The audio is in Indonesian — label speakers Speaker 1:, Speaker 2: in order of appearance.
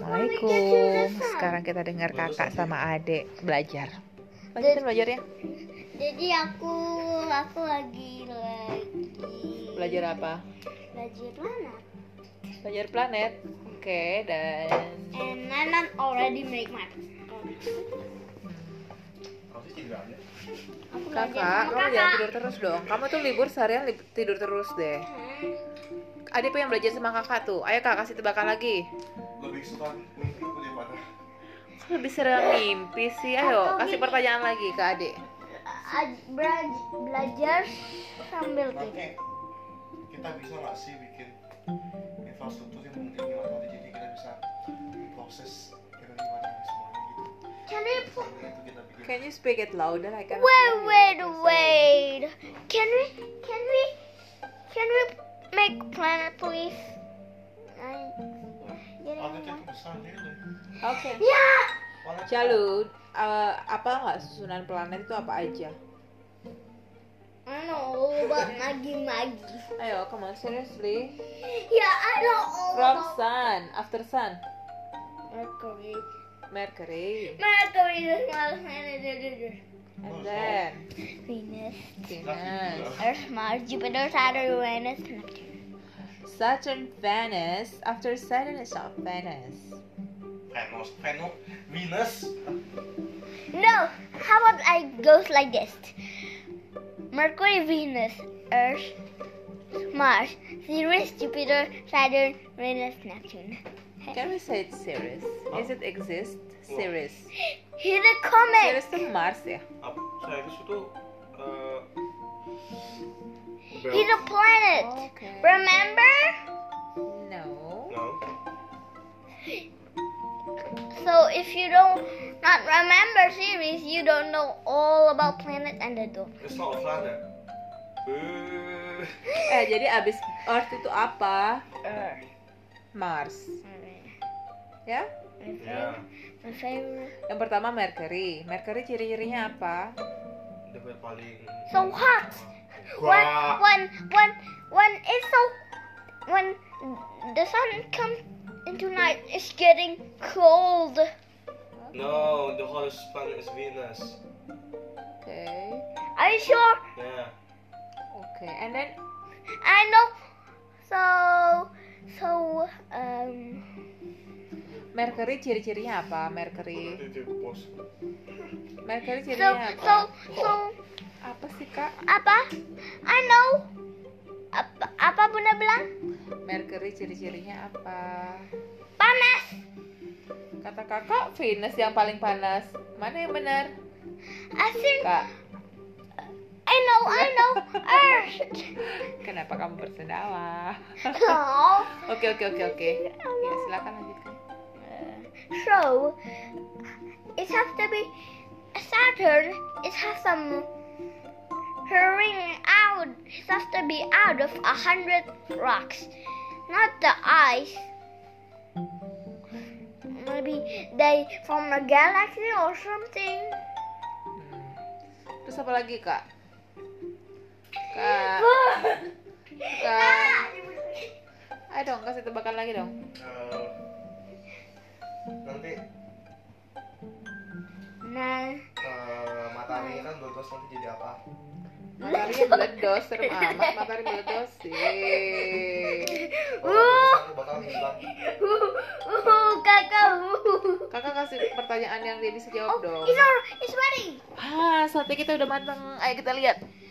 Speaker 1: Assalamualaikum. Sekarang kita dengar kakak sama adik belajar. Lanjutin belajarnya.
Speaker 2: Jadi aku aku lagi lagi
Speaker 1: Belajar apa?
Speaker 2: belajar mana?
Speaker 1: Belajar planet. Oke, dan
Speaker 2: And I'm not already make my. Aku
Speaker 1: kakak,
Speaker 2: sama
Speaker 1: kamu jangan tidur terus dong. Kamu tuh libur seharian lib- tidur terus deh.
Speaker 2: Hmm.
Speaker 1: Adik pengen belajar sama kakak tuh. Ayo kak kasih tebakan lagi.
Speaker 3: lebih suka mimpi daripada
Speaker 1: Kok Lebih sering mimpi sih. Ayo
Speaker 2: Atau
Speaker 1: kasih
Speaker 2: gini.
Speaker 1: pertanyaan lagi ke adik.
Speaker 2: A- bela- belajar sambil tidur.
Speaker 3: nanti kita bisa nggak sih bikin infrastruktur yang mendukung matahari jadi kita bisa proses yang gimana semuanya gitu
Speaker 2: Can I put
Speaker 3: Sambil itu kita bikin
Speaker 1: Can you speak it louder? I cannot
Speaker 2: Wait,
Speaker 1: hear you.
Speaker 2: wait, wait. Can we, can we, can we make planet, please? I- jadi
Speaker 3: Planet
Speaker 2: apa?
Speaker 3: itu besar really
Speaker 1: Oke.
Speaker 2: Ya,
Speaker 3: Planet
Speaker 1: Jalu, eh, apa nggak susunan planet itu apa aja?
Speaker 2: I know about Maggie Maggie.
Speaker 1: Ayo, come on, seriously.
Speaker 2: Yeah, I know all
Speaker 1: From
Speaker 2: about
Speaker 1: sun, after sun,
Speaker 2: Mercury.
Speaker 1: Mercury,
Speaker 2: Mercury is my planet.
Speaker 1: and then
Speaker 2: Venus,
Speaker 1: Venus,
Speaker 2: Earth, Mars, Jupiter, Saturn, Uranus, Neptune.
Speaker 1: Saturn, Venus. After Saturn is not Venus.
Speaker 3: Venus Venus Venus
Speaker 2: No, how about I goes like this? Mercury, Venus, Earth, Mars, Ceres, Jupiter, Saturn, Uranus, Neptune.
Speaker 1: Can we say it's Ceres? Is it exist? Ceres.
Speaker 2: Here's a comet.
Speaker 1: Ceres itu Mars ya.
Speaker 3: Ap- Ceres itu eh,
Speaker 2: He's a planet.
Speaker 1: Okay.
Speaker 2: Remember?
Speaker 1: No.
Speaker 3: no
Speaker 2: So if you don't not remember Ceres, you don't know all about planet and the dome.
Speaker 3: it's not a planet Eh,
Speaker 1: Eh jadi abis Earth itu apa?
Speaker 2: Earth.
Speaker 1: Mars, ya?
Speaker 2: My
Speaker 3: ya
Speaker 2: favorite. My favorite.
Speaker 1: Yang pertama Mercury. Mercury ciri-cirinya apa?
Speaker 3: dia paling
Speaker 2: So hot. When
Speaker 3: Wah.
Speaker 2: when when when it's so when the sun comes into night, it's getting cold.
Speaker 3: no the hottest planet is Venus
Speaker 1: Oke.
Speaker 2: Are you sure?
Speaker 3: yeah
Speaker 1: Oke, and then
Speaker 2: I know. So so um
Speaker 1: Mercury ciri-cirinya apa? Mercury.
Speaker 3: Nanti di post.
Speaker 1: Mercury
Speaker 2: so
Speaker 1: cirinya
Speaker 2: so
Speaker 1: apa?
Speaker 2: so.
Speaker 1: Apa sih, Kak?
Speaker 2: apa? I know. Apa, apa bunda bilang?
Speaker 1: Mercury ciri-cirinya apa?
Speaker 2: Panas.
Speaker 1: Kata Kakak Venus yang paling panas. Mana yang benar?
Speaker 2: I think
Speaker 1: Kak,
Speaker 2: I know. I know. Earth.
Speaker 1: kenapa kamu bersendawa?
Speaker 2: Oh.
Speaker 1: Oke, oke, oke, oke. Ya, silakan lanjutkan.
Speaker 2: So it has to be Saturn. It has some hurrying out. It has to be out of a hundred rocks, not the ice. Maybe they from a galaxy or something.
Speaker 1: Hmm. Terus apa lagi, Kak? Kak, Kak. Ayo dong, kasih tebakan lagi dong.
Speaker 3: Eh, nanti
Speaker 2: nah.
Speaker 3: eh, matahari kan meletus nanti jadi apa?
Speaker 1: Matahari meledos, serem amat matahari meledos sih.
Speaker 3: Kalau meletus nanti bakal hilang.
Speaker 2: kakak.
Speaker 1: Kakak kasih pertanyaan yang dia bisa
Speaker 2: Oh,
Speaker 1: jawab dong.
Speaker 2: it's all, it's ready.
Speaker 1: Ah, sate kita udah mateng. Ayo kita lihat.